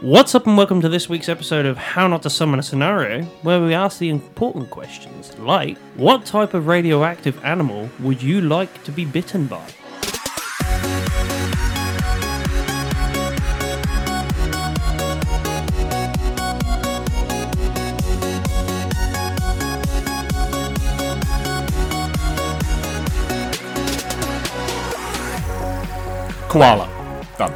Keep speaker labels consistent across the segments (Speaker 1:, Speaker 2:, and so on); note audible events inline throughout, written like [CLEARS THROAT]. Speaker 1: What's up, and welcome to this week's episode of How Not to Summon a Scenario, where we ask the important questions like What type of radioactive animal would you like to be bitten by?
Speaker 2: Koala. Done.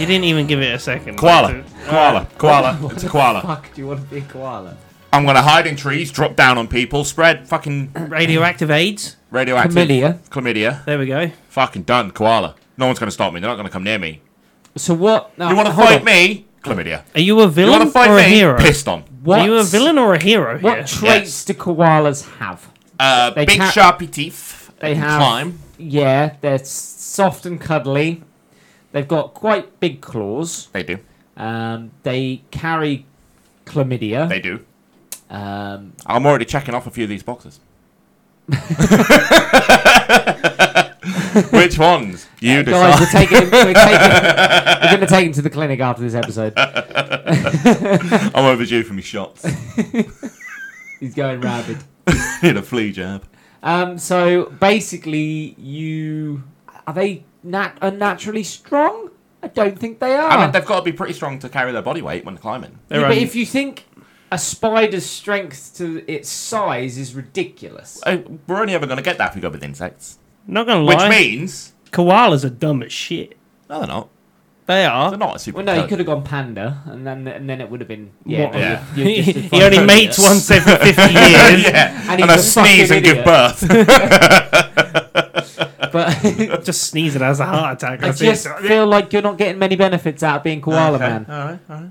Speaker 1: You didn't even give it a second.
Speaker 2: Koala.
Speaker 1: That's it.
Speaker 2: Koala. [LAUGHS] Koala. It's a koala.
Speaker 3: Fuck, do you want to be a koala?
Speaker 2: I'm gonna hide in trees, drop down on people, spread fucking
Speaker 1: Radioactive AIDS.
Speaker 2: radioactive
Speaker 3: Chlamydia.
Speaker 2: Chlamydia.
Speaker 1: There we go.
Speaker 2: Fucking done. Koala. No one's gonna stop me. They're not gonna come near me.
Speaker 3: So what? No,
Speaker 2: You want to
Speaker 3: hold
Speaker 2: fight
Speaker 3: on.
Speaker 2: me? Chlamydia.
Speaker 1: Are you a
Speaker 2: You
Speaker 1: villain
Speaker 2: want to fight
Speaker 1: or a
Speaker 2: me?
Speaker 1: hero?
Speaker 2: Pissed on.
Speaker 3: What?
Speaker 1: Are you a villain or a hero
Speaker 3: What
Speaker 1: here?
Speaker 3: traits do koalas have?
Speaker 2: Uh,
Speaker 3: They
Speaker 2: big
Speaker 3: can't-
Speaker 2: sharpy teeth.
Speaker 3: They
Speaker 2: can
Speaker 3: have.
Speaker 2: Climb.
Speaker 3: Yeah, they're s- soft and cuddly. They've got quite big claws.
Speaker 2: They do.
Speaker 3: Um, they carry chlamydia.
Speaker 2: They do.
Speaker 3: Um,
Speaker 2: I'm already checking off a few of these
Speaker 3: [LAUGHS]
Speaker 2: boxes. [LAUGHS] Which ones? You
Speaker 3: guys,
Speaker 2: decide.
Speaker 3: we're taking. Him, we're, taking we're going to take him to the clinic after this episode.
Speaker 2: [LAUGHS] I'm overdue for my shots. [LAUGHS]
Speaker 3: He's going rabid.
Speaker 2: Need a flea jab.
Speaker 3: Um, so basically, you are they nat- unnaturally strong? I don't think they are.
Speaker 2: I mean, they've got to be pretty strong to carry their body weight when climbing.
Speaker 1: They're
Speaker 3: Yeah, but
Speaker 1: un-
Speaker 3: if you think a spider's strength to its size is ridiculous,
Speaker 2: Uh, We're only ever going to get that if we go with insects.
Speaker 1: Not gonna
Speaker 2: Which
Speaker 1: lie,
Speaker 2: means.
Speaker 1: koalas are dumb as shit.
Speaker 2: No, they're not.
Speaker 1: They
Speaker 2: They're
Speaker 1: are.
Speaker 2: not a super.
Speaker 3: well, no,
Speaker 2: [LAUGHS]
Speaker 3: you could have gone panda, and then and then it would have been yeah.
Speaker 1: What-
Speaker 3: no,
Speaker 2: Yeah.
Speaker 3: you're- you're just a
Speaker 1: [LAUGHS] he only
Speaker 3: fucking
Speaker 1: mates
Speaker 3: idiot.
Speaker 1: once every 50
Speaker 2: [LAUGHS]
Speaker 1: years.
Speaker 2: yeah,
Speaker 3: And
Speaker 2: and,
Speaker 3: he's
Speaker 2: I
Speaker 3: a
Speaker 2: sneeze and give
Speaker 3: fucking idiot.
Speaker 2: birth.
Speaker 3: But [LAUGHS]
Speaker 1: Just sneezes and has a heart attack.
Speaker 3: I
Speaker 1: That's it.
Speaker 3: just feel like you're not getting many benefits out of being [LAUGHS] koala man. [LAUGHS]
Speaker 2: All right, all right.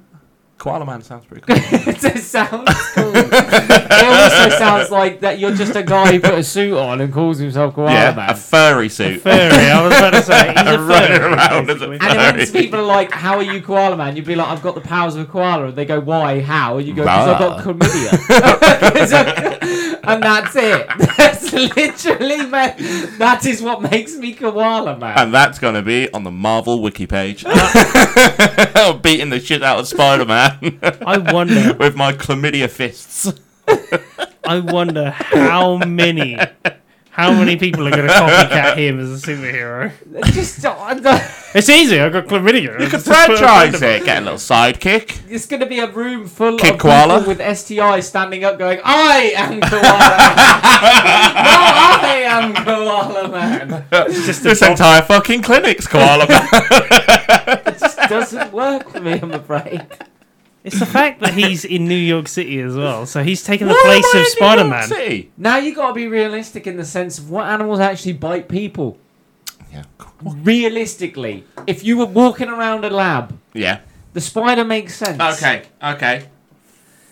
Speaker 2: Koala man sounds pretty cool.
Speaker 3: it sounds cool. it also sounds like that you're just a guy who put a suit on and calls himself koala
Speaker 2: yeah, a
Speaker 3: man.
Speaker 2: furry suit.
Speaker 1: furry. I was about to say he's a
Speaker 2: Running
Speaker 1: furry.
Speaker 2: around as a
Speaker 1: basically.
Speaker 2: furry.
Speaker 3: And then people are like, "How are you, koala man?" You'd be like, "I've got the powers of a koala," and they go, "Why? How?" And you go, "Because I've got chlamydia,"
Speaker 2: [LAUGHS]
Speaker 3: [LAUGHS] So- and that's it. [LAUGHS] That's literally ma- that is what makes me koala
Speaker 2: [LAUGHS]
Speaker 3: man.
Speaker 2: And that's going to be on the Marvel wiki page.
Speaker 3: Ah.
Speaker 2: [LAUGHS] Beating the shit out of Spider Man
Speaker 1: I wonder.
Speaker 2: [LAUGHS] with my chlamydia fists.
Speaker 1: I wonder how many, how many people are going to copycat him as a superhero.
Speaker 3: Just I'm not-
Speaker 1: It's easy. I got chlamydia.
Speaker 2: You could franchise
Speaker 3: [LAUGHS]
Speaker 2: it, get a little sidekick.
Speaker 3: it's going to be a room full
Speaker 2: Kid
Speaker 3: of
Speaker 2: koala?
Speaker 3: people with STI standing up, going, "I am koala." man.
Speaker 2: [LAUGHS]
Speaker 3: no, I am koala man.
Speaker 1: Just
Speaker 2: This entire fucking clinic's [LAUGHS] koala man.
Speaker 3: It just doesn't work for me, I'm afraid.
Speaker 1: It's the fact that he's in New York City as well, so he's taking the
Speaker 2: Why am
Speaker 1: place
Speaker 2: I
Speaker 1: of
Speaker 2: in New
Speaker 1: Spider
Speaker 2: York
Speaker 1: Man.
Speaker 2: City?
Speaker 3: Now you got to be realistic in the sense of what animals actually bite people.
Speaker 2: Yeah.
Speaker 3: realistically, if you were walking around a lab,
Speaker 2: Yeah.
Speaker 3: the spider makes sense.
Speaker 2: Okay. Okay.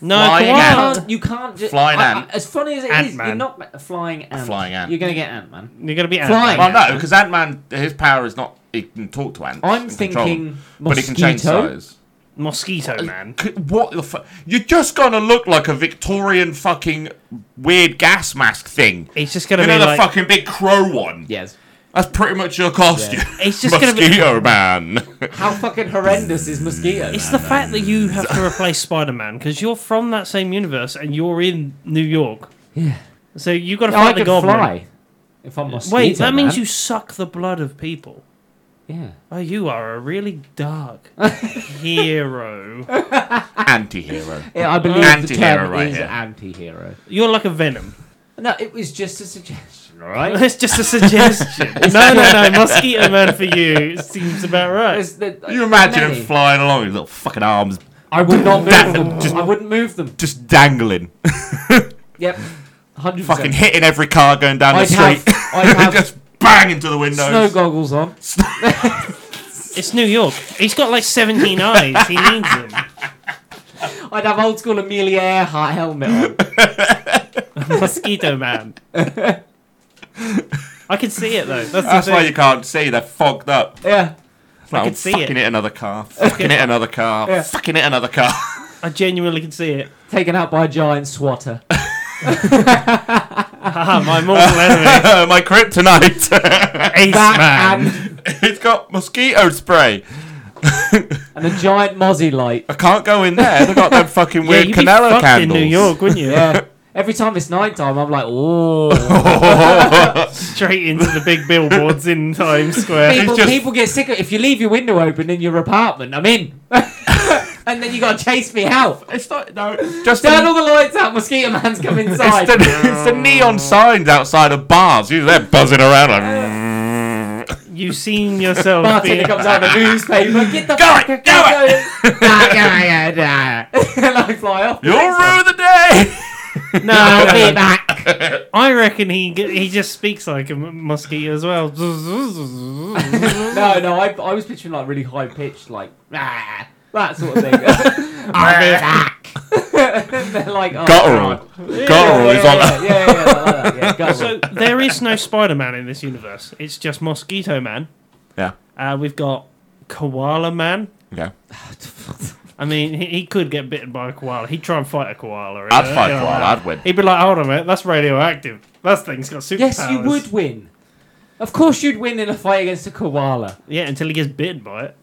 Speaker 1: No,
Speaker 2: Flying
Speaker 3: You
Speaker 2: ant.
Speaker 1: koala.
Speaker 3: can't, you can't just
Speaker 2: Flying
Speaker 3: I- I-
Speaker 2: ant.
Speaker 3: As funny as it is,
Speaker 1: Ant-Man.
Speaker 3: you're not ma- a flying ant.
Speaker 2: flying ant.
Speaker 3: You're gonna get Ant Man.
Speaker 1: You're gonna be
Speaker 3: Flying.
Speaker 1: Ant-Man.
Speaker 2: Well, no, because Ant Man, his power is not he can talk to ants.
Speaker 3: I'm
Speaker 2: and control them,
Speaker 3: thinking
Speaker 2: but he can change
Speaker 3: mosquito.
Speaker 2: size.
Speaker 1: Mosquito Man.
Speaker 2: C- What the fuck? You're just gonna look like a Victorian fucking weird gas mask thing.
Speaker 1: It's just gonna
Speaker 2: You
Speaker 1: be
Speaker 2: know the
Speaker 1: like
Speaker 2: fucking big crow one.
Speaker 3: Yes.
Speaker 2: That's pretty much your costume.
Speaker 1: it's just gonna
Speaker 2: Mosquito
Speaker 1: be.
Speaker 2: man. [LAUGHS]
Speaker 3: How fucking horrendous is mosquito?
Speaker 1: It's
Speaker 3: Man?
Speaker 1: the fact that you have to replace Spider Man because you're from that same universe and you're in New York.
Speaker 3: Yeah.
Speaker 1: So you got to
Speaker 3: No, I
Speaker 1: fight the
Speaker 3: could
Speaker 1: goblin.
Speaker 3: fly. If I'm mosquito.
Speaker 1: Wait, that means
Speaker 3: man.
Speaker 1: you suck the blood of people.
Speaker 3: Yeah.
Speaker 1: Oh, you are a really
Speaker 2: [LAUGHS]
Speaker 1: dark hero.
Speaker 2: Anti-hero.
Speaker 3: yeah I believe the
Speaker 2: Anti-hero
Speaker 3: term
Speaker 2: right
Speaker 3: is
Speaker 2: here.
Speaker 3: anti-hero.
Speaker 1: You're like a
Speaker 2: [LAUGHS]
Speaker 1: venom.
Speaker 3: No, it was just a suggestion, all right? [LAUGHS]
Speaker 1: That's just a
Speaker 2: [LAUGHS]
Speaker 1: suggestion. no, no, no. Mosquito Man for you seems about right.
Speaker 3: It's the-
Speaker 2: Can you imagine
Speaker 3: Many.
Speaker 2: him flying along, his little fucking arms
Speaker 3: I would not move them.
Speaker 2: Just-
Speaker 3: I wouldn't move them.
Speaker 2: just dangling,
Speaker 3: Yep. 100%.
Speaker 2: fucking hitting every car going down
Speaker 3: I'd
Speaker 2: the [LAUGHS]
Speaker 3: have,
Speaker 2: street,
Speaker 3: I'd have
Speaker 2: just bang into the windows.
Speaker 3: snow goggles on.
Speaker 1: It's New York. He's got like 17 eyes. He needs them.
Speaker 3: I'd have old school Amelia Earhart helmet on.
Speaker 2: [LAUGHS]
Speaker 1: Mosquito Man. I can see it though. That's, the
Speaker 2: That's
Speaker 1: thing.
Speaker 2: why you can't see. They're fogged up.
Speaker 3: Yeah.
Speaker 1: I
Speaker 2: Like,
Speaker 1: could see
Speaker 2: fucking
Speaker 1: it.
Speaker 2: hit another car. Fucking hit another car.
Speaker 3: Yeah.
Speaker 2: Fucking hit another car.
Speaker 1: I genuinely can see it.
Speaker 3: Taken out by a
Speaker 2: [LAUGHS]
Speaker 3: giant swatter.
Speaker 1: Haha, my mortal
Speaker 2: [LAUGHS]
Speaker 1: enemy.
Speaker 2: My kryptonite.
Speaker 1: Ace
Speaker 2: [LAUGHS]
Speaker 3: That
Speaker 1: Man.
Speaker 3: and
Speaker 2: it's got mosquito spray. [LAUGHS]
Speaker 3: and a giant mozzie light.
Speaker 2: I can't go in there. They've got them
Speaker 1: [LAUGHS]
Speaker 2: fucking
Speaker 1: Yeah,
Speaker 2: weird
Speaker 1: you'd be
Speaker 2: Canelo
Speaker 1: fucked
Speaker 2: candles.
Speaker 1: in New York, wouldn't
Speaker 2: [LAUGHS]
Speaker 1: you?
Speaker 3: Yeah. Every time it's nighttime, I'm like, oh.
Speaker 1: [LAUGHS] Straight into the big billboards in Times Square.
Speaker 3: people,
Speaker 2: just-
Speaker 3: people get sick of if you leave your window open in your apartment. I'm in,
Speaker 2: [LAUGHS]
Speaker 3: and then you gotta chase me out.
Speaker 2: It's not no. [LAUGHS] Just
Speaker 3: Turn all
Speaker 2: the,
Speaker 3: the lights out. Mosquito man's come
Speaker 2: [LAUGHS]
Speaker 3: inside.
Speaker 2: it's, the, it's the neon signs outside of bars. You they're buzzing around like. [LAUGHS]
Speaker 1: You've seen yourself.
Speaker 3: bartender
Speaker 1: being- [LAUGHS]
Speaker 3: comes out of the newspaper. Get the
Speaker 2: Go
Speaker 3: fuck
Speaker 2: it,
Speaker 3: out
Speaker 2: go
Speaker 3: [LAUGHS]
Speaker 2: [LAUGHS]
Speaker 3: and I fly off.
Speaker 2: You'll ruin the day.
Speaker 1: No, [LAUGHS]
Speaker 3: I'll be
Speaker 1: I-
Speaker 3: back.
Speaker 1: I reckon he g- he just speaks like a m- mosquito as [LAUGHS] well.
Speaker 3: No, no, I, I was picturing like really high pitched, like ah, that sort of
Speaker 2: [LAUGHS]
Speaker 3: thing. [LAUGHS] [LAUGHS] I'll be back. And they're like oh,
Speaker 2: Guttural.
Speaker 3: God.
Speaker 2: Guttural
Speaker 3: Yeah,
Speaker 2: is on
Speaker 3: yeah, yeah, yeah, yeah, like
Speaker 1: [LAUGHS]
Speaker 3: that, yeah, guttural.
Speaker 1: so [LAUGHS] there is no Spider-Man in this universe. It's just Mosquito Man.
Speaker 2: Yeah.
Speaker 1: Uh, we've got Koala Man.
Speaker 2: [LAUGHS] Yeah.
Speaker 1: I mean, he, he could get bitten by a koala. He'd try and fight a koala.
Speaker 2: I'd
Speaker 1: uh,
Speaker 2: fight
Speaker 1: you know,
Speaker 2: koala,
Speaker 1: like-
Speaker 2: I'd win.
Speaker 1: He'd be like, "Hold on, mate, that's radioactive. That thing's got superpowers."
Speaker 3: Yes, you would win. Of course, you'd win in a fight against a koala.
Speaker 1: Yeah, until he gets bitten by it,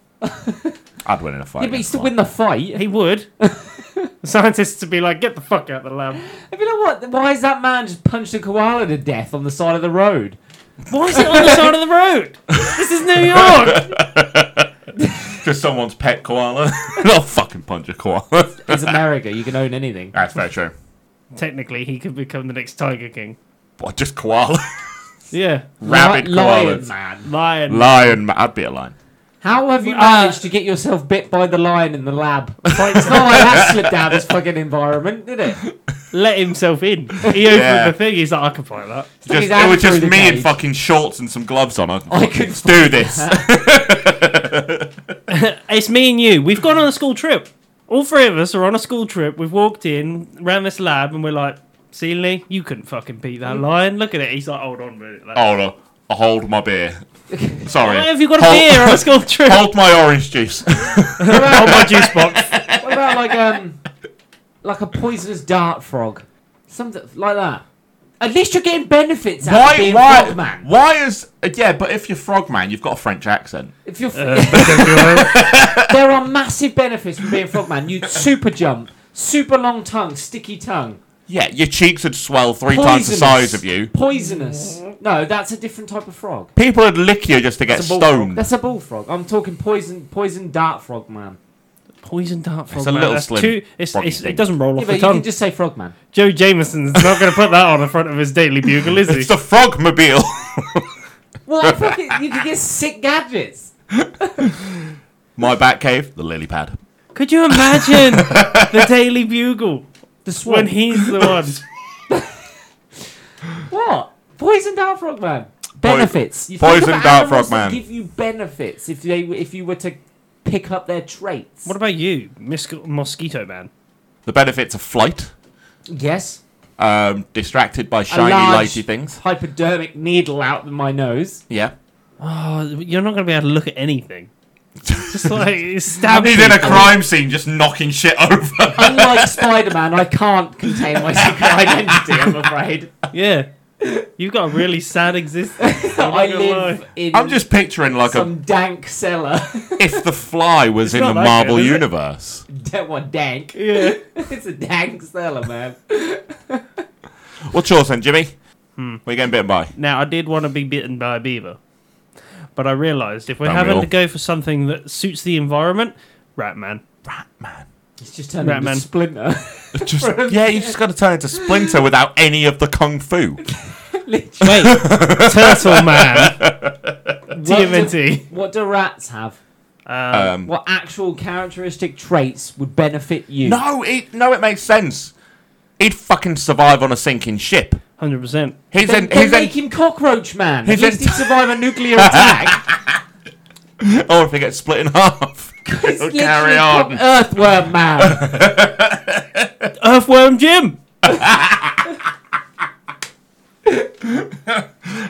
Speaker 2: I'd win in a fight.
Speaker 3: Yeah, but you
Speaker 2: against
Speaker 3: still
Speaker 2: one.
Speaker 3: win the fight.
Speaker 1: he would. [LAUGHS] the scientists would be like, "Get the fuck out of the lab."
Speaker 3: I'd be like, what? Why is that man just punched a koala to death on the side of the road?
Speaker 1: Why is it on the side of the road? This is New
Speaker 3: [LAUGHS]
Speaker 1: York.
Speaker 2: Just someone's pet koala. [LAUGHS] I'll fucking punch a koala. [LAUGHS]
Speaker 3: It's America. You can own anything.
Speaker 2: That's very true.
Speaker 1: [LAUGHS] Technically, he could become the next Tiger King.
Speaker 2: What, just koala?
Speaker 1: Yeah,
Speaker 2: Rabid
Speaker 3: Li- lion
Speaker 2: koalas.
Speaker 3: man.
Speaker 1: lion.
Speaker 2: Lion. ma- I'd be a lion.
Speaker 3: How have you
Speaker 1: Uh,
Speaker 3: managed to get yourself bit by the lion in the lab? it's not like that slipped out of his fucking environment, did
Speaker 1: [LAUGHS]
Speaker 3: it?
Speaker 1: let himself in. He opened
Speaker 2: Yeah.
Speaker 1: the thing. He's like, "I can fight that."
Speaker 3: Stick
Speaker 2: Just,
Speaker 3: his
Speaker 2: it
Speaker 3: hand
Speaker 2: was just
Speaker 3: through
Speaker 2: me
Speaker 3: the
Speaker 2: in
Speaker 3: cage.
Speaker 2: fucking shorts and some gloves on. I,
Speaker 3: I
Speaker 2: could
Speaker 3: could
Speaker 2: do this.
Speaker 1: It's me and you. We've gone on a school trip. All three of us are on a school trip. We've walked in, ran this lab, and we're like, see, Lee, you couldn't fucking beat
Speaker 3: Mm.
Speaker 1: that lion. Look at it. He's like, hold on a minute. lad."
Speaker 2: Hold on. I hold my beer. Sorry.
Speaker 1: Why have you got a
Speaker 2: Hold-
Speaker 1: beer on a school trip?
Speaker 2: [LAUGHS] Hold my orange juice. [LAUGHS]
Speaker 1: on
Speaker 3: What about,
Speaker 1: Oh my [LAUGHS] juice box.
Speaker 3: what about like um, like a poisonous dart frog, something like that? At least you're getting benefits out of
Speaker 2: why?
Speaker 3: being
Speaker 2: Why?
Speaker 3: frog man.
Speaker 2: Why is? uh, Yeah, but if you're frogman, you've got a French accent.
Speaker 3: If you're,
Speaker 2: Uh.
Speaker 3: there are massive benefits from being frogman. You super jump, super long tongue, sticky tongue.
Speaker 2: Yeah, your cheeks would swell three times the size of you.
Speaker 3: Poisonous. No, that's a different type of frog.
Speaker 2: People would lick you just to get
Speaker 1: It's a bullfrog.
Speaker 2: stoned.
Speaker 3: That's a bullfrog. I'm talking poison, poison dart frog man.
Speaker 1: Poison dart frog.
Speaker 2: It's a
Speaker 1: man.
Speaker 2: little
Speaker 1: That's
Speaker 2: slim
Speaker 1: too- it's,
Speaker 2: froggy
Speaker 1: it's,
Speaker 2: thing.
Speaker 1: it doesn't roll
Speaker 3: Yeah,
Speaker 1: off
Speaker 3: but
Speaker 1: the
Speaker 3: you can
Speaker 1: tongue.
Speaker 3: just say frog man.
Speaker 1: Joe Jameson's not going to put that on the front of his Daily Bugle,
Speaker 2: [LAUGHS]
Speaker 1: is he?
Speaker 2: It's the frogmobile. [LAUGHS]
Speaker 3: Well, I fucking, you can get sick gadgets.
Speaker 2: my bat cave, the lily pad.
Speaker 1: Could you
Speaker 2: [LAUGHS]
Speaker 1: imagine the Daily Bugle
Speaker 3: The swan.
Speaker 1: when he's
Speaker 2: [LAUGHS]
Speaker 1: the one?
Speaker 3: what? Poison dart frog man. Benefits. You think
Speaker 2: poison
Speaker 3: about
Speaker 2: dart frog
Speaker 3: animals that
Speaker 2: man.
Speaker 3: Give you benefits if they if you were to pick up their traits.
Speaker 1: What about you, Mis- Mosquito Man?
Speaker 2: The benefits of flight.
Speaker 3: yes.
Speaker 2: Um, distracted by
Speaker 3: A
Speaker 2: shiny,
Speaker 3: large
Speaker 2: lighty things.
Speaker 3: Hypodermic needle out of my nose.
Speaker 2: Yeah.
Speaker 1: Oh, you're not going to be able to look at anything. Just like stab
Speaker 2: He's in a
Speaker 1: people.
Speaker 2: crime scene just knocking shit over.
Speaker 1: [LAUGHS]
Speaker 2: [LAUGHS]
Speaker 3: Unlike Spider Man, I can't contain my secret identity. I'm afraid.
Speaker 1: Yeah. You've got a really sad existence. I'm not
Speaker 3: I
Speaker 1: gonna
Speaker 3: live
Speaker 1: lie.
Speaker 3: in
Speaker 2: I'm just picturing like a
Speaker 3: some dank cellar. [LAUGHS]
Speaker 2: if the fly was in
Speaker 1: not
Speaker 2: the
Speaker 1: that
Speaker 2: Marvel
Speaker 1: good, is it?
Speaker 2: universe.
Speaker 3: Da- what dank?
Speaker 1: Yeah.
Speaker 3: [LAUGHS] it's a dank cellar, man.
Speaker 2: What's yours then, Jimmy? We're getting bitten by.
Speaker 1: Now, I did want to be bitten by a beaver. But I realised if we're
Speaker 2: Don't we
Speaker 1: having
Speaker 2: all?
Speaker 1: to go for something that suits the environment, rat man.
Speaker 3: It's just turned into
Speaker 1: Ratman.
Speaker 3: Splinter. [LAUGHS]
Speaker 2: Just, yeah, you just got to turn into Splinter without any of the kung fu.
Speaker 3: Literally.
Speaker 1: Wait, turtle man. TMNT.
Speaker 3: What do rats have?
Speaker 2: Um,
Speaker 3: What actual characteristic traits would benefit you?
Speaker 2: no, it no, it makes sense. He'd fucking survive on a sinking ship.
Speaker 1: 100%.
Speaker 2: He's
Speaker 3: Then,
Speaker 2: in,
Speaker 3: then
Speaker 2: he's
Speaker 3: make
Speaker 2: in,
Speaker 3: him cockroach man. At
Speaker 2: He's
Speaker 3: least
Speaker 2: in-
Speaker 3: he'd survive a
Speaker 2: [LAUGHS]
Speaker 3: nuclear attack.
Speaker 2: or if he gets split in
Speaker 3: [LAUGHS]
Speaker 2: half,
Speaker 3: It's
Speaker 2: he'll
Speaker 3: literally
Speaker 2: carry
Speaker 3: called
Speaker 2: on. [LAUGHS]
Speaker 3: Earthworm man.
Speaker 1: Earthworm Jim.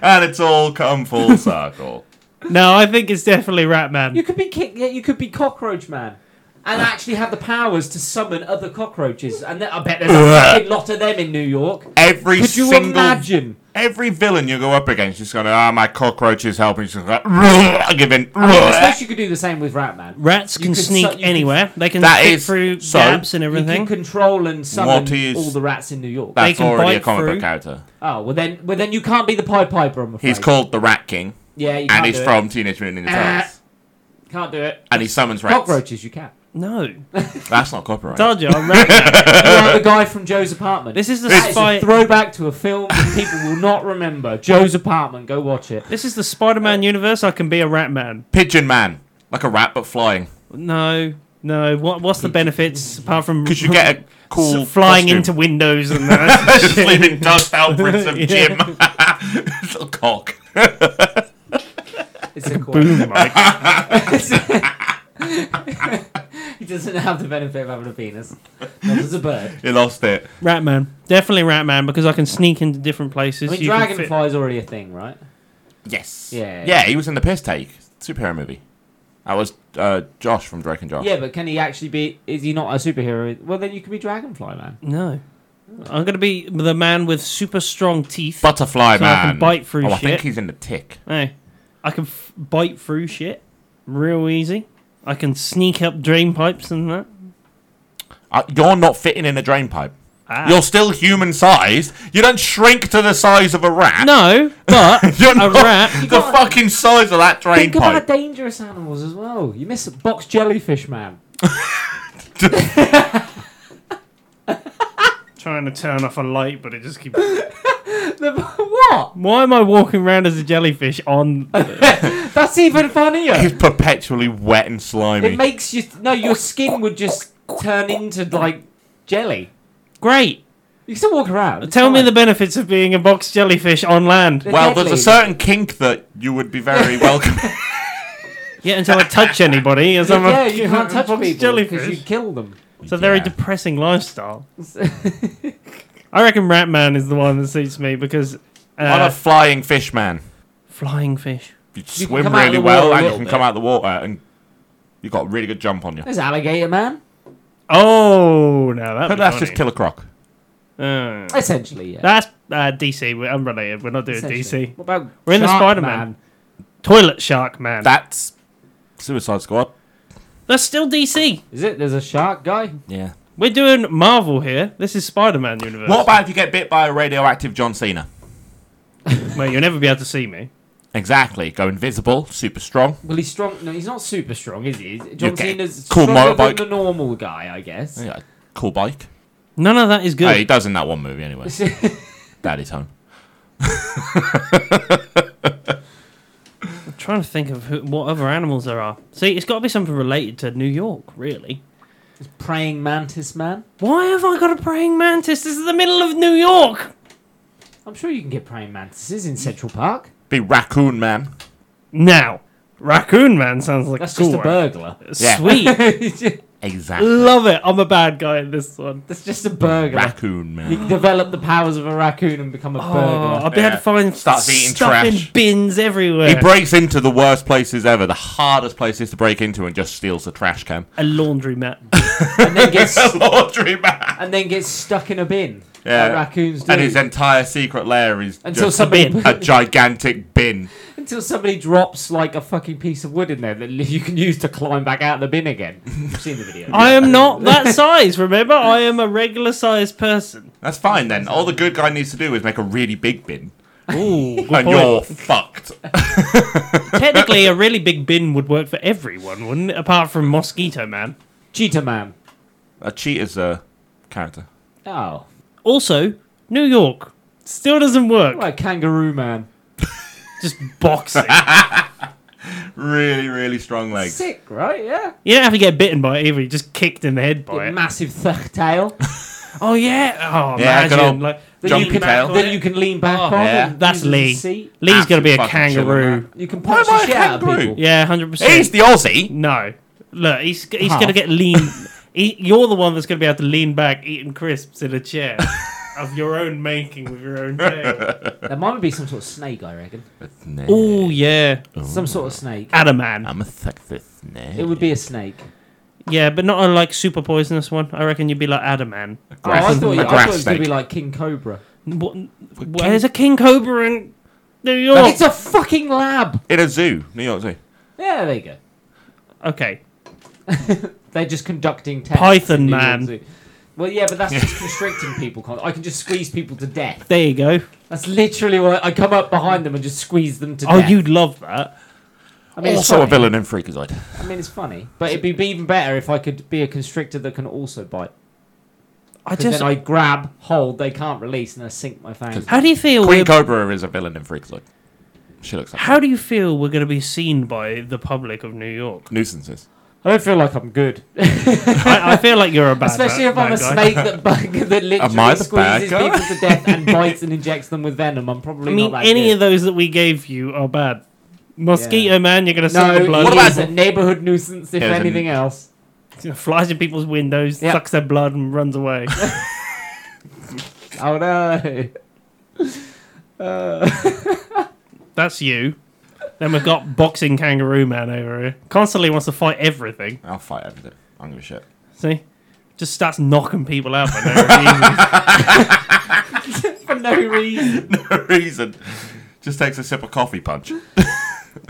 Speaker 2: And it's all come
Speaker 3: [LAUGHS]
Speaker 2: full circle.
Speaker 1: No, I think it's definitely rat man.
Speaker 3: you could be ki- yeah, you could be cockroach man.
Speaker 2: Uh.
Speaker 3: and actually had the powers to summon other cockroaches. And th- I bet there's a fucking lot of them in New York.
Speaker 2: Every
Speaker 3: Could you
Speaker 2: single
Speaker 3: imagine?
Speaker 2: every villain you go up against, just going, ah, my cockroach is helping. Just like, [LAUGHS] "Rrrr," giving.
Speaker 3: I
Speaker 2: "Rrrr."
Speaker 3: suppose you could do the same with Ratman.
Speaker 1: Rats
Speaker 3: You
Speaker 1: can
Speaker 3: could su-
Speaker 1: sneak
Speaker 3: you could-
Speaker 1: anywhere. They can
Speaker 2: That
Speaker 1: stick
Speaker 2: is-
Speaker 1: through
Speaker 2: so,
Speaker 1: gaps and
Speaker 3: You can
Speaker 1: everything.
Speaker 3: control and summon
Speaker 2: What is-
Speaker 3: all the rats in New York.
Speaker 1: They
Speaker 2: [LAUGHS] That's
Speaker 1: can
Speaker 2: already a
Speaker 1: bite
Speaker 2: comic
Speaker 1: through.
Speaker 2: book character.
Speaker 3: oh well, then well then you can't be the Pied Piper. I'm afraid.
Speaker 2: He's called the Rat King,
Speaker 3: Yeah, you can't
Speaker 2: and he's
Speaker 3: do
Speaker 2: from Teenage Mutant Ninja
Speaker 3: Ah. [LAUGHS]
Speaker 2: Turtles,
Speaker 3: It. Can't do it.
Speaker 2: and he summons rats.
Speaker 3: Cockroaches, you can.
Speaker 1: No,
Speaker 2: That's not copyright.
Speaker 1: told you.
Speaker 2: [LAUGHS]
Speaker 1: I'm right.
Speaker 3: You are the guy from Joe's apartment.
Speaker 1: This is the
Speaker 3: That is
Speaker 1: spy-
Speaker 3: a throwback to a film that people will not remember. Joe's apartment. Go watch it.
Speaker 1: this is the Spider-Man universe. I can be a rat man.
Speaker 2: Pigeon Man, like a rat but flying,
Speaker 1: No, no. What? What's the benefits apart from?
Speaker 2: because you
Speaker 1: [LAUGHS]
Speaker 2: get a cool
Speaker 1: s- flying
Speaker 2: costume.
Speaker 1: into windows and that. [LAUGHS]
Speaker 2: [LAUGHS] just leaving dust outprints of Jim. [LAUGHS] Little cock.
Speaker 3: It's [LAUGHS] a cool.
Speaker 1: Boom, Mike.
Speaker 3: He doesn't have the benefit of having a penis. Not as a bird.
Speaker 2: You lost it.
Speaker 1: Ratman, definitely Ratman because I can sneak into different places.
Speaker 3: I mean,
Speaker 1: You can fit-
Speaker 3: dragonfly is already a thing, right?
Speaker 2: Yes.
Speaker 3: Yeah.
Speaker 2: Yeah, he was in the piss take superhero movie. That was uh, Josh from Drake and Josh.
Speaker 3: Yeah, but can he actually be? Is he not a superhero? Well, then you can be Dragonfly Man.
Speaker 1: No, I'm gonna be the man with super strong teeth.
Speaker 2: Butterfly
Speaker 1: So I
Speaker 2: Man.
Speaker 1: can bite through
Speaker 2: oh, I
Speaker 1: shit.
Speaker 2: think he's in the tick.
Speaker 1: Hey, I can f- bite through shit real easy. I can sneak up drain pipes and that.
Speaker 2: Uh, you're not fitting in a drain pipe.
Speaker 1: Ah.
Speaker 2: You're still human sized. You don't shrink to the size of a rat.
Speaker 1: No, but
Speaker 2: [LAUGHS] You're
Speaker 1: a
Speaker 2: not
Speaker 1: rat.
Speaker 2: the fucking size of that drain
Speaker 3: Think about
Speaker 2: pipe.
Speaker 3: dangerous animals as well. You miss box jellyfish man.
Speaker 1: Trying to turn off a light, but it just keeps.
Speaker 3: The- [LAUGHS] what?
Speaker 1: Why am I walking around as a jellyfish on?
Speaker 3: That's even funnier.
Speaker 2: [LAUGHS] He's perpetually wet and slimy.
Speaker 3: it makes you no. Your skin would just turn into like jelly.
Speaker 1: Great.
Speaker 3: You can still walk around. it's
Speaker 1: Tell me
Speaker 3: fine.
Speaker 1: the benefits of being a box jellyfish on land.
Speaker 2: well, there's a
Speaker 3: deadly.
Speaker 2: certain kink that you would be very
Speaker 3: [LAUGHS]
Speaker 2: welcome.
Speaker 1: Yeah, until I touch anybody, as I'm
Speaker 3: yeah,
Speaker 1: a [LAUGHS]
Speaker 3: you can't touch
Speaker 1: box
Speaker 3: people because
Speaker 1: jellyfish.
Speaker 3: you kill them. [LAUGHS]
Speaker 1: It's a very
Speaker 2: Yeah.
Speaker 1: depressing lifestyle. I reckon Ratman is the one that suits me because uh,
Speaker 2: I'm a flying fish man.
Speaker 1: flying fish.
Speaker 2: You
Speaker 3: can
Speaker 2: swim
Speaker 3: come out of
Speaker 2: really
Speaker 3: the
Speaker 2: well
Speaker 3: water a
Speaker 2: and you
Speaker 3: little
Speaker 2: can
Speaker 3: bit.
Speaker 2: come out of the water and you got a really good jump on you.
Speaker 3: There's alligator man.
Speaker 1: Oh, no, that
Speaker 2: But that's just Killer Croc.
Speaker 1: Uh,
Speaker 3: Essentially, yeah.
Speaker 1: that's uh, DC. We're unrelated. We're not doing
Speaker 3: Essentially.
Speaker 1: DC.
Speaker 3: What about
Speaker 1: We're in the
Speaker 3: Shark
Speaker 1: Spider-Man.
Speaker 3: Man?
Speaker 1: Toilet Shark Man.
Speaker 2: That's Suicide Squad.
Speaker 1: that's still DC.
Speaker 3: Is it? There's a shark guy.
Speaker 2: Yeah.
Speaker 1: We're doing Marvel here. This is Spider-Man universe.
Speaker 2: What about if you get bit by a radioactive John Cena?
Speaker 1: Mate, you'll never be able to see me.
Speaker 2: Exactly. Go invisible, super strong.
Speaker 3: Well, he's strong. No, he's not super strong, is he? John
Speaker 2: Okay.
Speaker 3: Cena's
Speaker 2: Cool
Speaker 3: stronger
Speaker 2: motorbike.
Speaker 3: than the normal guy, I guess. [LAUGHS]
Speaker 2: Yeah, cool bike.
Speaker 1: None of that is
Speaker 2: Oh,
Speaker 1: good.
Speaker 2: he does in that one movie anyway. Daddy's home.
Speaker 1: I'm trying to think of who, what other animals there are. See, it's got to be something related to New York, really.
Speaker 3: Praying mantis man.
Speaker 1: Why have I got a praying mantis? This is the middle of New York.
Speaker 3: I'm sure you can get praying mantises in Central Park.
Speaker 2: Be raccoon man.
Speaker 1: Now, Raccoon Man sounds like
Speaker 3: That's
Speaker 1: a cool
Speaker 3: just a burglar.
Speaker 1: [LAUGHS]
Speaker 3: [LAUGHS]
Speaker 1: one.
Speaker 2: Yeah. [LAUGHS]
Speaker 1: Sweet,
Speaker 2: Exactly.
Speaker 1: love it. I'm a bad guy in this one.
Speaker 3: That's just a burglar.
Speaker 2: Raccoon
Speaker 3: you
Speaker 2: man.
Speaker 3: can develop the powers of a raccoon and become a
Speaker 1: Oh, I'll
Speaker 3: burglar.
Speaker 1: be able
Speaker 2: Yeah.
Speaker 1: to find
Speaker 2: Starts eating
Speaker 1: stuff
Speaker 2: trash.
Speaker 1: in bins everywhere.
Speaker 2: He breaks into the worst places ever, the hardest places to break into, and just steals the trash can.
Speaker 1: a laundry mat.
Speaker 3: And then gets
Speaker 2: Laundry man.
Speaker 3: and then gets stuck in a bin.
Speaker 2: Yeah.
Speaker 3: Like raccoons do.
Speaker 2: And his entire secret lair is
Speaker 3: until
Speaker 2: just
Speaker 3: somebody
Speaker 1: bin.
Speaker 2: a gigantic bin.
Speaker 3: [LAUGHS] until somebody drops like a fucking piece of wood in there that you can use to climb back out of the
Speaker 2: [LAUGHS]
Speaker 3: bin again. I've seen the video.
Speaker 1: I am not that size. Remember, I am a regular sized person.
Speaker 2: That's fine then. All the good guy needs to do is make a really big bin. [LAUGHS]
Speaker 1: Ooh, good
Speaker 2: And
Speaker 1: point.
Speaker 2: you're fucked.
Speaker 1: Technically, a really big bin would work for everyone, wouldn't it? Apart from Mosquito Man.
Speaker 3: Cheetah man.
Speaker 2: A cheater's a character.
Speaker 3: Oh.
Speaker 1: Also, New York still doesn't work.
Speaker 3: Like kangaroo man.
Speaker 1: Just
Speaker 2: [LAUGHS]
Speaker 1: boxing.
Speaker 2: Really, really strong legs.
Speaker 3: Sick, right? Yeah.
Speaker 1: you don't have to get bitten by it either. You're just kicked in the head by
Speaker 3: Get
Speaker 1: it.
Speaker 3: massive
Speaker 2: [LAUGHS]
Speaker 3: thuck tail.
Speaker 1: Oh yeah! Oh,
Speaker 2: Yeah, good
Speaker 1: imagine
Speaker 2: old
Speaker 1: like
Speaker 2: Jumpy
Speaker 1: you can-
Speaker 2: tail.
Speaker 3: that you can lean back
Speaker 1: Oh,
Speaker 3: on.
Speaker 2: yeah.
Speaker 3: and
Speaker 1: That's
Speaker 3: use as a
Speaker 1: Lee.
Speaker 3: seat.
Speaker 1: Lee's gonna be a
Speaker 2: Absolute fucking chilling,
Speaker 1: kangaroo.
Speaker 2: man.
Speaker 3: You can punch
Speaker 2: am I
Speaker 3: the
Speaker 2: a
Speaker 3: shit out of
Speaker 2: kangaroo?
Speaker 3: people.
Speaker 1: Yeah, hundred
Speaker 2: He's
Speaker 1: percent.
Speaker 2: the Aussie.
Speaker 1: No, look, he's he's
Speaker 3: Huh.
Speaker 1: gonna get lean. he, you're the one that's gonna be able to lean back, eating crisps in a chair
Speaker 2: [LAUGHS]
Speaker 1: of your own making with your own tail.
Speaker 3: There might be some sort of snake, I reckon.
Speaker 1: oh yeah, Oh.
Speaker 3: Some sort of snake.
Speaker 2: Um,
Speaker 1: Adaman.
Speaker 2: a sexist
Speaker 3: It would be a snake.
Speaker 1: Yeah, but not a like super poisonous one. I reckon you'd be like Adaman.
Speaker 3: Oh, I
Speaker 2: Grass-
Speaker 3: thought, you,
Speaker 2: a
Speaker 3: I
Speaker 2: grass
Speaker 3: thought it was going to
Speaker 2: snake.
Speaker 3: be like King Cobra.
Speaker 1: What, where's a king cobra in New York?
Speaker 3: It's a fucking lab.
Speaker 2: In a zoo, New York Zoo.
Speaker 3: Yeah, there you go.
Speaker 1: okay,
Speaker 3: They're just conducting tests.
Speaker 1: Python
Speaker 3: in New York
Speaker 1: Man.
Speaker 3: Zoo. Well, yeah, but
Speaker 1: [LAUGHS]
Speaker 3: that's just constricting people. con- I can just squeeze people to death.
Speaker 1: there you go.
Speaker 3: That's literally what I come up behind them and just squeeze them to
Speaker 1: Oh,
Speaker 3: death.
Speaker 1: you'd love that.
Speaker 3: I mean, it's
Speaker 2: also a
Speaker 3: funny.
Speaker 2: villain in Freakazoid.
Speaker 3: I mean, it's funny, but it'd be be even better if I could be a constrictor that can also bite.
Speaker 1: I
Speaker 3: Because
Speaker 1: just.
Speaker 3: then I grab, hold, they can't release, and I sink my fangs.
Speaker 1: how do you feel?
Speaker 2: Queen
Speaker 1: we're-
Speaker 2: Cobra is a villain in Freakazoid. She looks like
Speaker 1: how do you feel we're going to be seen by the public of New
Speaker 3: [LAUGHS]
Speaker 1: York?
Speaker 2: nuisances.
Speaker 3: I don't feel like I'm good,
Speaker 1: I, I feel like you're a bad
Speaker 3: especially if I'm
Speaker 1: bad
Speaker 3: a
Speaker 1: guy.
Speaker 3: snake that bug, [LAUGHS] that literally
Speaker 2: I the bad
Speaker 3: squeezes
Speaker 2: guy?
Speaker 3: people to death and bites and injects them with venom. I'm probably
Speaker 1: I mean,
Speaker 3: not that
Speaker 1: any
Speaker 3: good.
Speaker 1: of those that we gave you are bad. Mosquito
Speaker 3: Yeah.
Speaker 1: man, you're going to suck the
Speaker 3: no,
Speaker 1: blood.
Speaker 2: What
Speaker 3: what
Speaker 2: about-
Speaker 1: [LAUGHS]
Speaker 3: about a neighborhood nuisance if
Speaker 2: Yeah, then-
Speaker 3: anything else?
Speaker 1: flies in people's windows,
Speaker 3: Yeah.
Speaker 1: sucks their blood, and runs away.
Speaker 3: Oh no. Uh,
Speaker 1: That's you. Then we've got boxing kangaroo man over here. Constantly wants to fight everything.
Speaker 2: I'll fight everything. I'm gonna shit. [LAUGHS]
Speaker 1: See, just starts knocking people out for no reason.
Speaker 3: [LAUGHS]
Speaker 2: [LAUGHS]
Speaker 3: for no reason.
Speaker 2: No reason. Just takes a sip of coffee punch.
Speaker 1: [LAUGHS]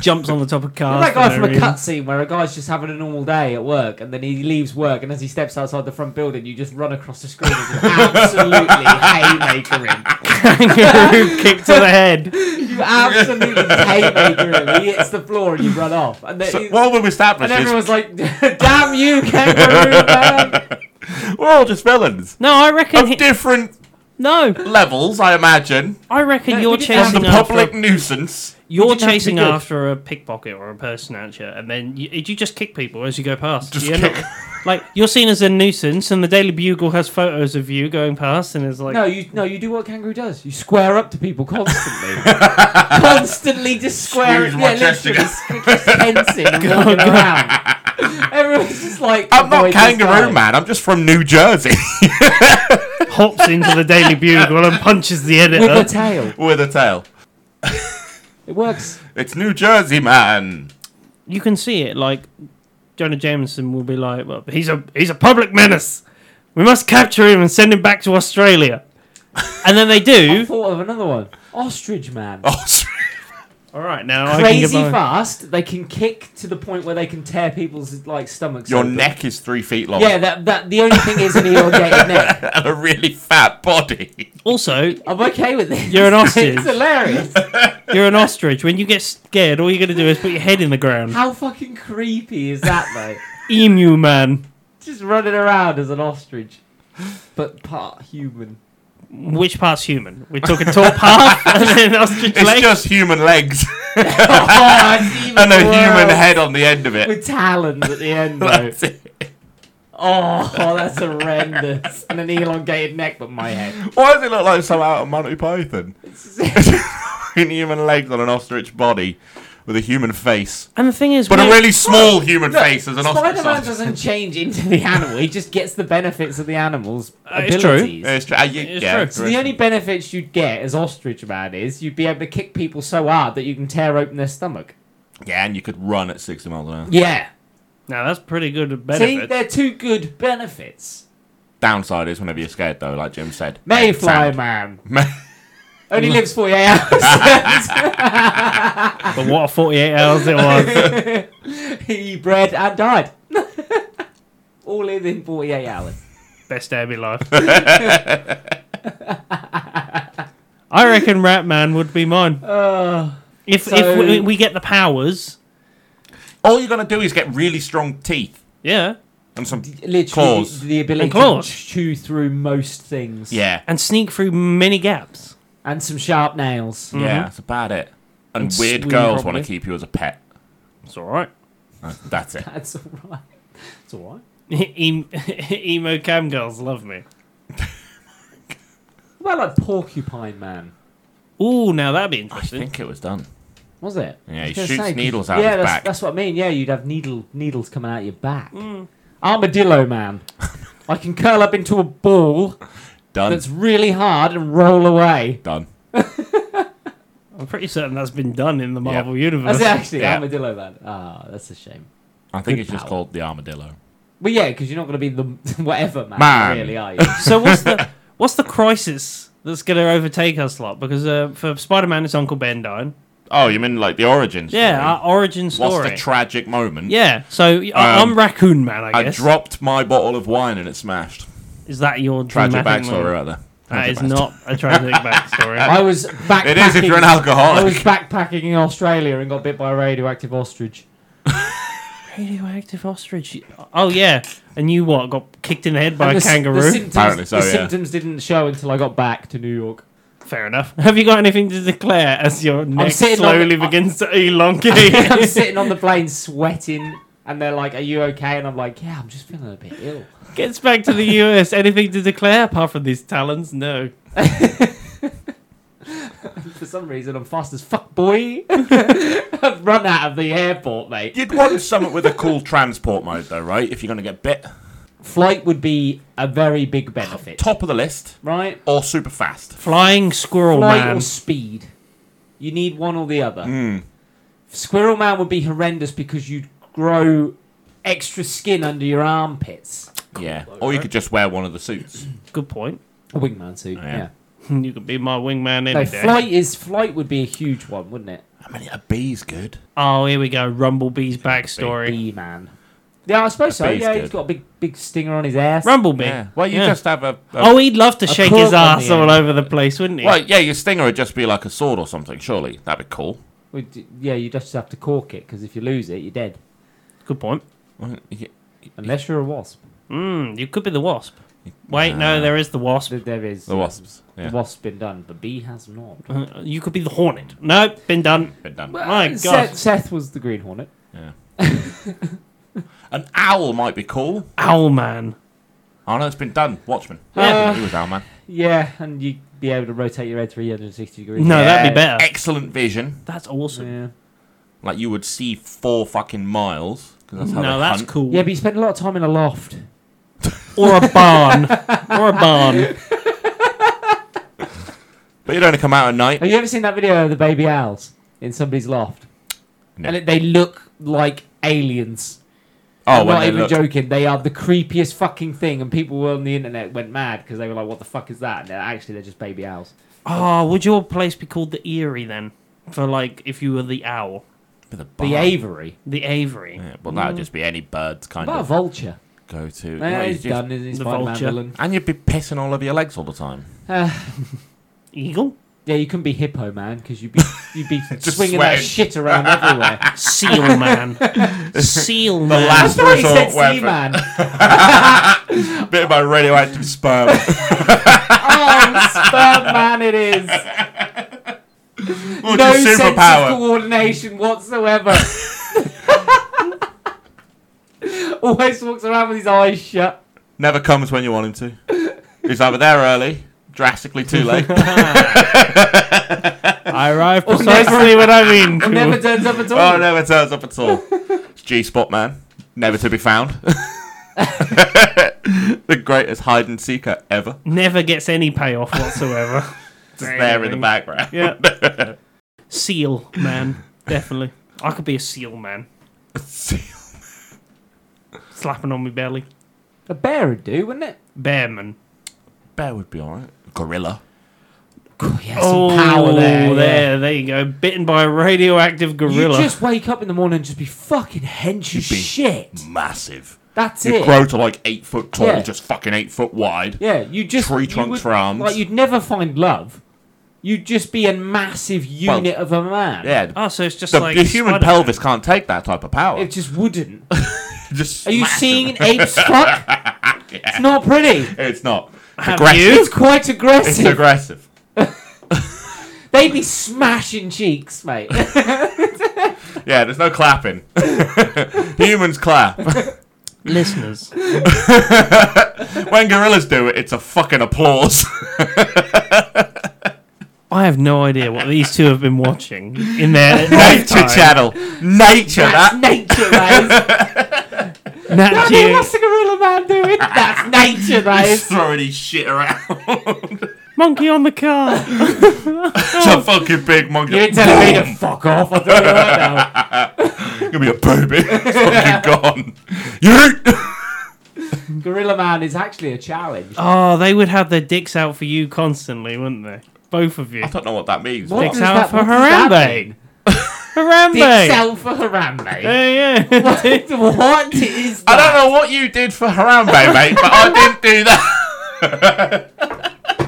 Speaker 1: Jumps on the top of cars.
Speaker 3: that
Speaker 1: for
Speaker 3: guy
Speaker 1: no
Speaker 3: from a
Speaker 1: reason.
Speaker 3: cutscene where a guy's just having a normal day at work and then he leaves work and as he steps outside the front building, you just run across the screen and
Speaker 2: [LAUGHS]
Speaker 3: just absolutely haymaker him.
Speaker 1: [LAUGHS] kangaroo kick to the head.
Speaker 3: You absolutely haymaker him. He hits the floor and you run off. And, then
Speaker 2: So
Speaker 3: he-
Speaker 2: what we've
Speaker 3: and
Speaker 2: established is
Speaker 3: everyone's like, [LAUGHS] damn you, kangaroo man.
Speaker 2: we're all just villains.
Speaker 3: [LAUGHS]
Speaker 1: No, I reckon.
Speaker 2: Of
Speaker 1: He,
Speaker 2: different
Speaker 1: no,
Speaker 2: levels, I imagine.
Speaker 1: I reckon
Speaker 3: No,
Speaker 1: you're
Speaker 3: we didn't have
Speaker 2: From the
Speaker 1: chasing after.
Speaker 2: public nuisance.
Speaker 1: you're
Speaker 3: didn't have to be
Speaker 1: chasing
Speaker 3: good.
Speaker 1: after a pickpocket or a purse snatcher, and then you, you just kick people as you go past.
Speaker 2: Just
Speaker 1: You're
Speaker 2: kick-
Speaker 1: not- [LAUGHS] like you're seen as a nuisance, and the Daily Bugle has photos of you going past, and it's like,
Speaker 3: No, you no, you do what kangaroo does. You square up to people
Speaker 2: [LAUGHS]
Speaker 3: constantly, constantly just square.
Speaker 2: Squeeze
Speaker 3: Yeah,
Speaker 2: my chest
Speaker 3: literally, squ- just tensing
Speaker 2: [LAUGHS]
Speaker 3: and walking around. Everyone's just like,
Speaker 2: I'm not
Speaker 3: avoid this guy.
Speaker 2: kangaroo man. I'm just from New Jersey [LAUGHS]
Speaker 1: hops into the
Speaker 3: [LAUGHS]
Speaker 1: Daily Bugle and punches the
Speaker 3: with a
Speaker 1: editor.
Speaker 3: tail.
Speaker 2: with a tail.
Speaker 3: It works.
Speaker 2: It's New Jersey man. [LAUGHS]
Speaker 1: you can see it. Like Jonah Jameson will be like, well, he's a he's a public menace. We must capture him and send him back to Australia. And then they
Speaker 3: I
Speaker 1: do.
Speaker 3: [LAUGHS] thought of another one. Ostrich man.
Speaker 2: Oh, sorry.
Speaker 1: All right, now
Speaker 3: Crazy
Speaker 1: I can give my-
Speaker 3: fast. They can kick to the point where they can tear people's like stomachs.
Speaker 2: your
Speaker 3: open.
Speaker 2: neck is three feet long.
Speaker 3: Yeah, that, that the only thing is an
Speaker 2: [LAUGHS]
Speaker 3: elongated neck.
Speaker 2: and a really fat
Speaker 3: [LAUGHS]
Speaker 2: body.
Speaker 1: Also,
Speaker 3: I'm okay with this.
Speaker 1: You're an ostrich.
Speaker 3: [LAUGHS] it's hilarious.
Speaker 1: you're an ostrich. When you get scared, all you're gonna do is put your head in the ground.
Speaker 3: How fucking creepy is that, though?
Speaker 1: Emu man,
Speaker 3: just running around as an ostrich, but part human.
Speaker 1: which part's human? We took a top half and then ostrich
Speaker 2: It's
Speaker 1: leg.
Speaker 2: just human legs
Speaker 3: [LAUGHS]
Speaker 2: [LAUGHS]
Speaker 3: oh, it's even
Speaker 2: and a
Speaker 3: worse.
Speaker 2: human head on the end of it.
Speaker 3: with talons at the end. Though.
Speaker 2: That's
Speaker 3: [LAUGHS]
Speaker 2: it.
Speaker 3: oh, that's horrendous, and an elongated neck, but
Speaker 2: [LAUGHS]
Speaker 3: my head.
Speaker 2: Why does it look like some out of Monty Python? In human legs on [LAUGHS] an ostrich body with a human face.
Speaker 1: And the thing is,
Speaker 2: But a
Speaker 1: we're-
Speaker 2: really small human face as an ostrich.
Speaker 3: Spider-Man
Speaker 2: size.
Speaker 3: doesn't change into the animal; he just gets the benefits of the animal's
Speaker 1: Uh, it's true.
Speaker 3: abilities.
Speaker 2: Yeah, It's true. Uh, you-
Speaker 1: It's
Speaker 2: yeah,
Speaker 1: true.
Speaker 2: it's
Speaker 3: So the only benefits you'd get as Ostrich Man is you'd be able to kick people so hard that you can tear open their stomach.
Speaker 2: yeah, and you could run at 60 miles an hour.
Speaker 3: Yeah.
Speaker 1: now that's pretty good
Speaker 3: See,
Speaker 1: benefit.
Speaker 3: they're two good benefits.
Speaker 2: Downside is whenever you're scared, though, like Jim said.
Speaker 3: Mayfly
Speaker 2: Sound.
Speaker 3: Man
Speaker 2: May-
Speaker 3: only lives 48 hours. [LAUGHS]
Speaker 1: But what a 48 hours it was.
Speaker 3: he bred and died. [LAUGHS] All in in 48 hours.
Speaker 1: Best day of my [LAUGHS] life. I reckon Ratman would be mine.
Speaker 3: Uh,
Speaker 1: If
Speaker 3: So-
Speaker 1: if we, we get the powers,
Speaker 2: All you're going to do is get really strong teeth
Speaker 1: yeah,
Speaker 2: and some.
Speaker 3: literally,
Speaker 2: Claws.
Speaker 3: the, the ability
Speaker 1: And claws.
Speaker 3: to chew through most things.
Speaker 2: Yeah.
Speaker 1: and sneak through many gaps.
Speaker 3: And some sharp nails.
Speaker 2: Yeah, that's about it. And,
Speaker 1: And
Speaker 2: weird
Speaker 1: swing,
Speaker 2: girls want
Speaker 1: probably.
Speaker 2: to keep you as a pet.
Speaker 1: It's all [LAUGHS] right.
Speaker 2: That's it.
Speaker 3: [LAUGHS] That's alright. That's alright.
Speaker 1: Em- E, [LAUGHS] Emo cam girls love me.
Speaker 3: What about like Porcupine Man?
Speaker 1: Ooh, now that'd be
Speaker 2: I
Speaker 1: interesting.
Speaker 2: think it was done.
Speaker 3: Was it?
Speaker 2: Yeah,
Speaker 3: I was
Speaker 2: he
Speaker 3: gonna
Speaker 2: shoots
Speaker 3: 'cause-
Speaker 2: needles out
Speaker 3: yeah,
Speaker 2: his
Speaker 3: that's,
Speaker 2: back.
Speaker 3: that's what I mean. Yeah, you'd have needle needles coming out your back.
Speaker 2: Mm.
Speaker 3: Armadillo
Speaker 2: [LAUGHS]
Speaker 3: Man. I can curl up into a ball
Speaker 2: Done.
Speaker 3: that's really hard and roll
Speaker 2: [LAUGHS]
Speaker 3: away.
Speaker 2: Done.
Speaker 1: I'm pretty certain that's been done in the Marvel
Speaker 3: That's
Speaker 1: universe.
Speaker 3: actually
Speaker 2: Yeah.
Speaker 3: Armadillo Man. Ah, that's a shame.
Speaker 2: I think
Speaker 3: Good
Speaker 2: it's just
Speaker 3: power.
Speaker 2: called the armadillo.
Speaker 3: Well, yeah, because you're not going to be the [LAUGHS] whatever man,
Speaker 2: Man.
Speaker 3: really,
Speaker 2: [LAUGHS]
Speaker 3: are you?
Speaker 1: [LAUGHS] So what's the what's the crisis that's going to overtake us lot? Because uh, for Spider-Man, it's Uncle Ben dying.
Speaker 2: Oh, you mean like the origin story?
Speaker 1: Yeah,
Speaker 3: uh,
Speaker 1: our origin story.
Speaker 2: What's the Um, tragic moment?
Speaker 1: yeah, so I I'm Raccoon Man, I
Speaker 2: I
Speaker 1: guess.
Speaker 2: dropped my bottle of wine and it smashed.
Speaker 1: Is that your
Speaker 2: Tragic
Speaker 1: dramatic
Speaker 2: backstory,
Speaker 1: moment?
Speaker 2: rather.
Speaker 1: That
Speaker 2: Tragic
Speaker 1: is
Speaker 2: backstory.
Speaker 1: not a tragic backstory.
Speaker 3: [LAUGHS] I was backpacking.
Speaker 2: It is
Speaker 1: [LAUGHS]
Speaker 2: if you're an
Speaker 3: I was
Speaker 2: alcoholic.
Speaker 3: backpacking in Australia and got bit by a radioactive ostrich.
Speaker 1: Radioactive ostrich. Oh yeah, and you what? Got kicked in the head by
Speaker 3: And
Speaker 1: a
Speaker 3: the s-
Speaker 1: kangaroo.
Speaker 3: The symptoms,
Speaker 2: Apparently so,
Speaker 3: the
Speaker 2: yeah.
Speaker 3: symptoms didn't show until I got back to New
Speaker 2: [LAUGHS]
Speaker 3: York. [LAUGHS]
Speaker 1: Fair enough. [LAUGHS] Have you got anything to declare as your neck
Speaker 3: sitting on
Speaker 1: slowly
Speaker 3: the-
Speaker 1: begins to elongate?
Speaker 3: [LAUGHS] I'm sitting on the plane sweating, and they're like, "Are you okay?" And I'm like, "Yeah, I'm just feeling a bit ill." [LAUGHS]
Speaker 1: Gets back to the US. Anything to declare apart from these talons? No.
Speaker 3: For some reason, I'm fast as fuck, boy. [LAUGHS] I've run out of the airport, mate.
Speaker 2: You'd want something with a cool transport mode, though, right? If you're going to get bit.
Speaker 3: Flight would be a very big benefit,
Speaker 2: Top of the list
Speaker 3: right?
Speaker 2: or super fast.
Speaker 1: Flying squirrel
Speaker 3: Flight
Speaker 1: man.
Speaker 3: or speed. You need one or the other.
Speaker 2: Hmm.
Speaker 3: Squirrel man would be horrendous because you'd grow extra skin under your armpits.
Speaker 2: Yeah. Or you could just wear one of the suits. [CLEARS THROAT]
Speaker 1: Good point. [LAUGHS]
Speaker 3: A wingman suit,
Speaker 2: Oh, Yeah.
Speaker 3: yeah.
Speaker 1: You could be my wingman
Speaker 3: No,
Speaker 1: any day.
Speaker 3: flight is flight would be a huge one, wouldn't it?
Speaker 2: I mean, a bee's good.
Speaker 1: oh, here we go. Rumblebee's backstory.
Speaker 3: Bee man. Yeah, I suppose
Speaker 2: A
Speaker 3: so.
Speaker 2: bee's
Speaker 3: Yeah,
Speaker 2: good.
Speaker 3: he's got a big big stinger on his ass.
Speaker 1: Rumblebee.
Speaker 2: Yeah. Well, you
Speaker 1: Yeah.
Speaker 2: just have a. a
Speaker 1: Oh, he'd love to shake
Speaker 3: crook
Speaker 1: his
Speaker 3: on the
Speaker 1: ass all
Speaker 3: end.
Speaker 1: over the place, wouldn't he?
Speaker 2: Well, yeah, your stinger would just be like a sword or something, surely. That'd be cool.
Speaker 3: Would- Yeah, you just have to cork it because if you lose it, you're dead.
Speaker 1: Good point.
Speaker 2: Well, y-
Speaker 3: Unless you're a wasp.
Speaker 1: Mm, you could be the wasp. Wait, no, there is the wasp.
Speaker 3: There- There is
Speaker 2: The wasps. Yeah.
Speaker 3: The wasp's been done, but bee has not.
Speaker 1: Uh, You could be the hornet. No, been done.
Speaker 2: Been done.
Speaker 1: My God.
Speaker 3: uh, Seth, Seth was the Green Hornet.
Speaker 2: An owl might be cool.
Speaker 1: Owl man.
Speaker 2: Oh no, it's been done. Watchmen.
Speaker 1: Yeah.
Speaker 2: he was owl man.
Speaker 3: Yeah, and you'd be able to rotate your head 360 degrees.
Speaker 1: No,
Speaker 3: yeah.
Speaker 1: that'd be better.
Speaker 2: Excellent vision.
Speaker 1: That's awesome.
Speaker 3: Yeah.
Speaker 2: Like you would see four fucking miles. 'cause that's how
Speaker 1: No,
Speaker 2: they
Speaker 1: that's
Speaker 2: hunt.
Speaker 1: cool.
Speaker 3: yeah, but you spend a lot of time in a loft.
Speaker 1: Or a barn. or a barn.
Speaker 2: But you'd only come out at night.
Speaker 3: Have you ever seen that video of the baby owls in somebody's loft?
Speaker 2: No.
Speaker 3: And it, they look like aliens.
Speaker 2: Oh,
Speaker 3: I'm
Speaker 2: when
Speaker 3: not
Speaker 2: they
Speaker 3: even
Speaker 2: look.
Speaker 3: joking. They are the creepiest fucking thing, and people on the internet went mad because they were like, "What the fuck is that?" And they're, actually, they're just baby owls.
Speaker 1: Oh, would your place be called the Eerie then? For like, if you were the owl,
Speaker 2: With a
Speaker 3: The
Speaker 2: barn.
Speaker 3: Avery,
Speaker 1: the Avery.
Speaker 2: Yeah, well, that'd just be any bird's kind
Speaker 3: what about a
Speaker 2: of
Speaker 3: vulture?
Speaker 2: go to.
Speaker 3: Eh,
Speaker 2: No, you
Speaker 3: he's
Speaker 2: just-
Speaker 3: done. He's
Speaker 1: the
Speaker 3: Spider-Man
Speaker 1: vulture.
Speaker 3: villain.
Speaker 2: And you'd be pissing all over your legs all the time. [LAUGHS]
Speaker 3: Uh,
Speaker 1: Eagle,
Speaker 3: Yeah, you couldn't be hippo man because you'd be you'd be
Speaker 2: [LAUGHS] Just
Speaker 3: swinging
Speaker 2: sweating.
Speaker 3: that shit around
Speaker 2: [LAUGHS]
Speaker 3: everywhere.
Speaker 1: seal man, seal man.
Speaker 2: last-
Speaker 3: That's why he
Speaker 2: Resort
Speaker 3: said
Speaker 2: weapon.
Speaker 3: sea man.
Speaker 2: [LAUGHS] Bit by radioactive
Speaker 3: [LAUGHS]
Speaker 2: sperm.
Speaker 3: Oh, sperm man, it is.
Speaker 2: What's
Speaker 3: No
Speaker 2: your
Speaker 3: sense of
Speaker 2: superpower?
Speaker 3: coordination whatsoever. [LAUGHS] Always walks around with his eyes shut.
Speaker 2: Never comes when you want him to. He's either there early, drastically too
Speaker 3: [LAUGHS]
Speaker 2: late. [LAUGHS]
Speaker 1: I arrive
Speaker 2: [LAUGHS]
Speaker 1: precisely when I mean.
Speaker 3: Or
Speaker 1: to.
Speaker 3: [LAUGHS] never turns up at all.
Speaker 2: oh, never turns up at all. It's G Spot Man, never to be found. [LAUGHS] the greatest hide and seeker ever.
Speaker 1: Never gets any payoff whatsoever.
Speaker 2: [LAUGHS] Just there in the background.
Speaker 1: Yeah. [LAUGHS] seal man, definitely. I could be a seal man, slapping on my belly.
Speaker 3: A bear would do, wouldn't it?
Speaker 1: Bearman.
Speaker 3: [LAUGHS]
Speaker 2: Bear would be alright. Gorilla.
Speaker 3: Yeah, some power there. yeah.
Speaker 1: Oh, there, there you go. Bitten by a radioactive
Speaker 3: You
Speaker 1: gorilla.
Speaker 3: just wake up in the morning and just be fucking hench as
Speaker 2: be-
Speaker 3: shit.
Speaker 2: Massive.
Speaker 3: That's
Speaker 2: You'd
Speaker 3: it.
Speaker 2: grow to like eight foot tall,
Speaker 3: Yeah.
Speaker 2: just fucking eight foot wide.
Speaker 3: yeah, you just
Speaker 2: Tree
Speaker 3: you
Speaker 2: trunks
Speaker 3: would-
Speaker 2: for arms.
Speaker 3: Like you'd never find love. You'd just be a massive unit of a man.
Speaker 2: Yeah, the-
Speaker 1: Oh, so it's just
Speaker 2: the,
Speaker 1: like
Speaker 2: the human
Speaker 1: Spider-Man.
Speaker 2: pelvis can't take that type of power.
Speaker 3: It just wouldn't.
Speaker 2: [LAUGHS] just
Speaker 3: Are you
Speaker 2: smash
Speaker 3: seeing
Speaker 2: them.
Speaker 3: an
Speaker 2: [LAUGHS]
Speaker 3: ape's fuck? It's not pretty.
Speaker 2: It's not. It's
Speaker 1: Have
Speaker 2: aggressive.
Speaker 1: you?
Speaker 3: [LAUGHS] It's quite
Speaker 2: It's
Speaker 3: aggressive.
Speaker 2: aggressive.
Speaker 3: They'd be smashing cheeks, mate.
Speaker 2: Yeah, there's no clapping. Humans clap. [LAUGHS]
Speaker 1: listeners.
Speaker 2: when gorillas do it, it's a fucking
Speaker 3: [LAUGHS]
Speaker 2: applause.
Speaker 1: I have no idea what these two have been watching in
Speaker 3: [LAUGHS]
Speaker 1: their
Speaker 2: Nature
Speaker 1: lifetime.
Speaker 2: Channel. Nature.
Speaker 3: [LAUGHS]
Speaker 2: That.
Speaker 3: That's nature,
Speaker 2: [LAUGHS]
Speaker 3: that
Speaker 1: Nat
Speaker 3: is. I mean,
Speaker 1: Geo.
Speaker 3: what's the gorilla man doing? That's nature, that
Speaker 2: He's
Speaker 3: [LAUGHS] is.
Speaker 2: throwing his shit
Speaker 3: [LAUGHS]
Speaker 2: around.
Speaker 1: monkey on the car.
Speaker 2: it's a fucking big monkey.
Speaker 3: You ain't telling me to fuck off. I'll do
Speaker 2: [LAUGHS]
Speaker 3: it right
Speaker 2: [LAUGHS]
Speaker 3: now.
Speaker 2: Gonna be a baby. It's fucking gone. You.
Speaker 3: Gorilla Man is actually a challenge.
Speaker 1: Oh, they would have their dicks out for you constantly, wouldn't they? Both of you.
Speaker 2: I don't know what that means.
Speaker 3: What
Speaker 1: Dicks
Speaker 3: does
Speaker 1: out
Speaker 3: that-
Speaker 1: for
Speaker 3: what does that
Speaker 1: Harambe.
Speaker 3: mean? Dicks
Speaker 1: Harambe.
Speaker 3: out for Harambe.
Speaker 1: Yeah, yeah. [LAUGHS]
Speaker 3: [LAUGHS] what is
Speaker 2: I don't
Speaker 3: that?
Speaker 2: know what you did for [LAUGHS] Harambe, mate, but I didn't do that.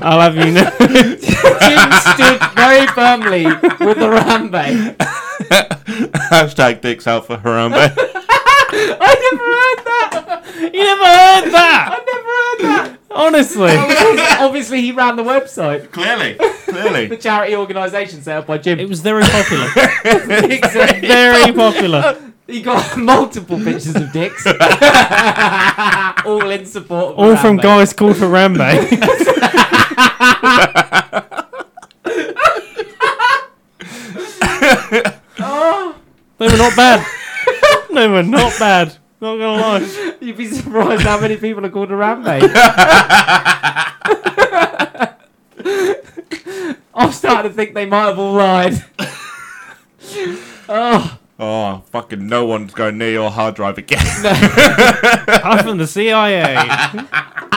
Speaker 1: I'll have you
Speaker 3: [LAUGHS]
Speaker 1: know.
Speaker 3: Jim stood very firmly with Harambe.
Speaker 2: [LAUGHS] Hashtag dicks out for Harambe.
Speaker 3: I never heard that.
Speaker 1: you never heard that.
Speaker 3: I never heard that.
Speaker 1: Honestly.
Speaker 3: Because obviously, he ran the
Speaker 2: [LAUGHS]
Speaker 3: website,
Speaker 2: clearly,
Speaker 3: the
Speaker 2: clearly.
Speaker 3: charity organisation set up by Jim.
Speaker 1: It was very popular. [LAUGHS]
Speaker 3: Exactly.
Speaker 1: very popular.
Speaker 3: He got multiple pictures of dicks, all in support. Of
Speaker 1: All from
Speaker 3: Harambe.
Speaker 1: guys called Harambe. [LAUGHS]
Speaker 3: Oh,
Speaker 1: they were not bad. [LAUGHS] They were not bad. Not gonna lie.
Speaker 3: You'd be surprised how many people are called [LAUGHS] Harambe. I'm starting to think they might have all lied. oh,
Speaker 2: Oh, fucking no one's going near your hard drive again. [LAUGHS]
Speaker 1: Apart from the CIA.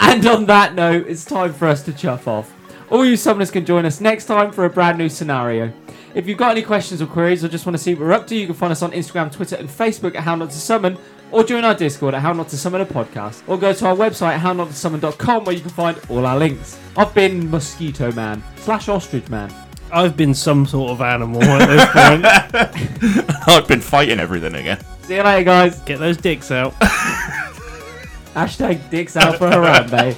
Speaker 3: and on that note, it's time for us to chuff off. All you summoners can join us next time for a brand new scenario. If you've got any questions or queries or just want to see what we're up to, you can find us on Instagram, Twitter, and Facebook at How Not to Summon, or join our Discord at How Not to Summon a Podcast, or go to our website hownotosummon.com where you can find all our links. I've been Mosquito Man slash Ostrich Man.
Speaker 1: I've been some sort of animal at this [LAUGHS] point.
Speaker 2: I've been fighting everything again.
Speaker 3: See you later, guys.
Speaker 1: Get those dicks out.
Speaker 3: Hashtag dicks out for Harambe.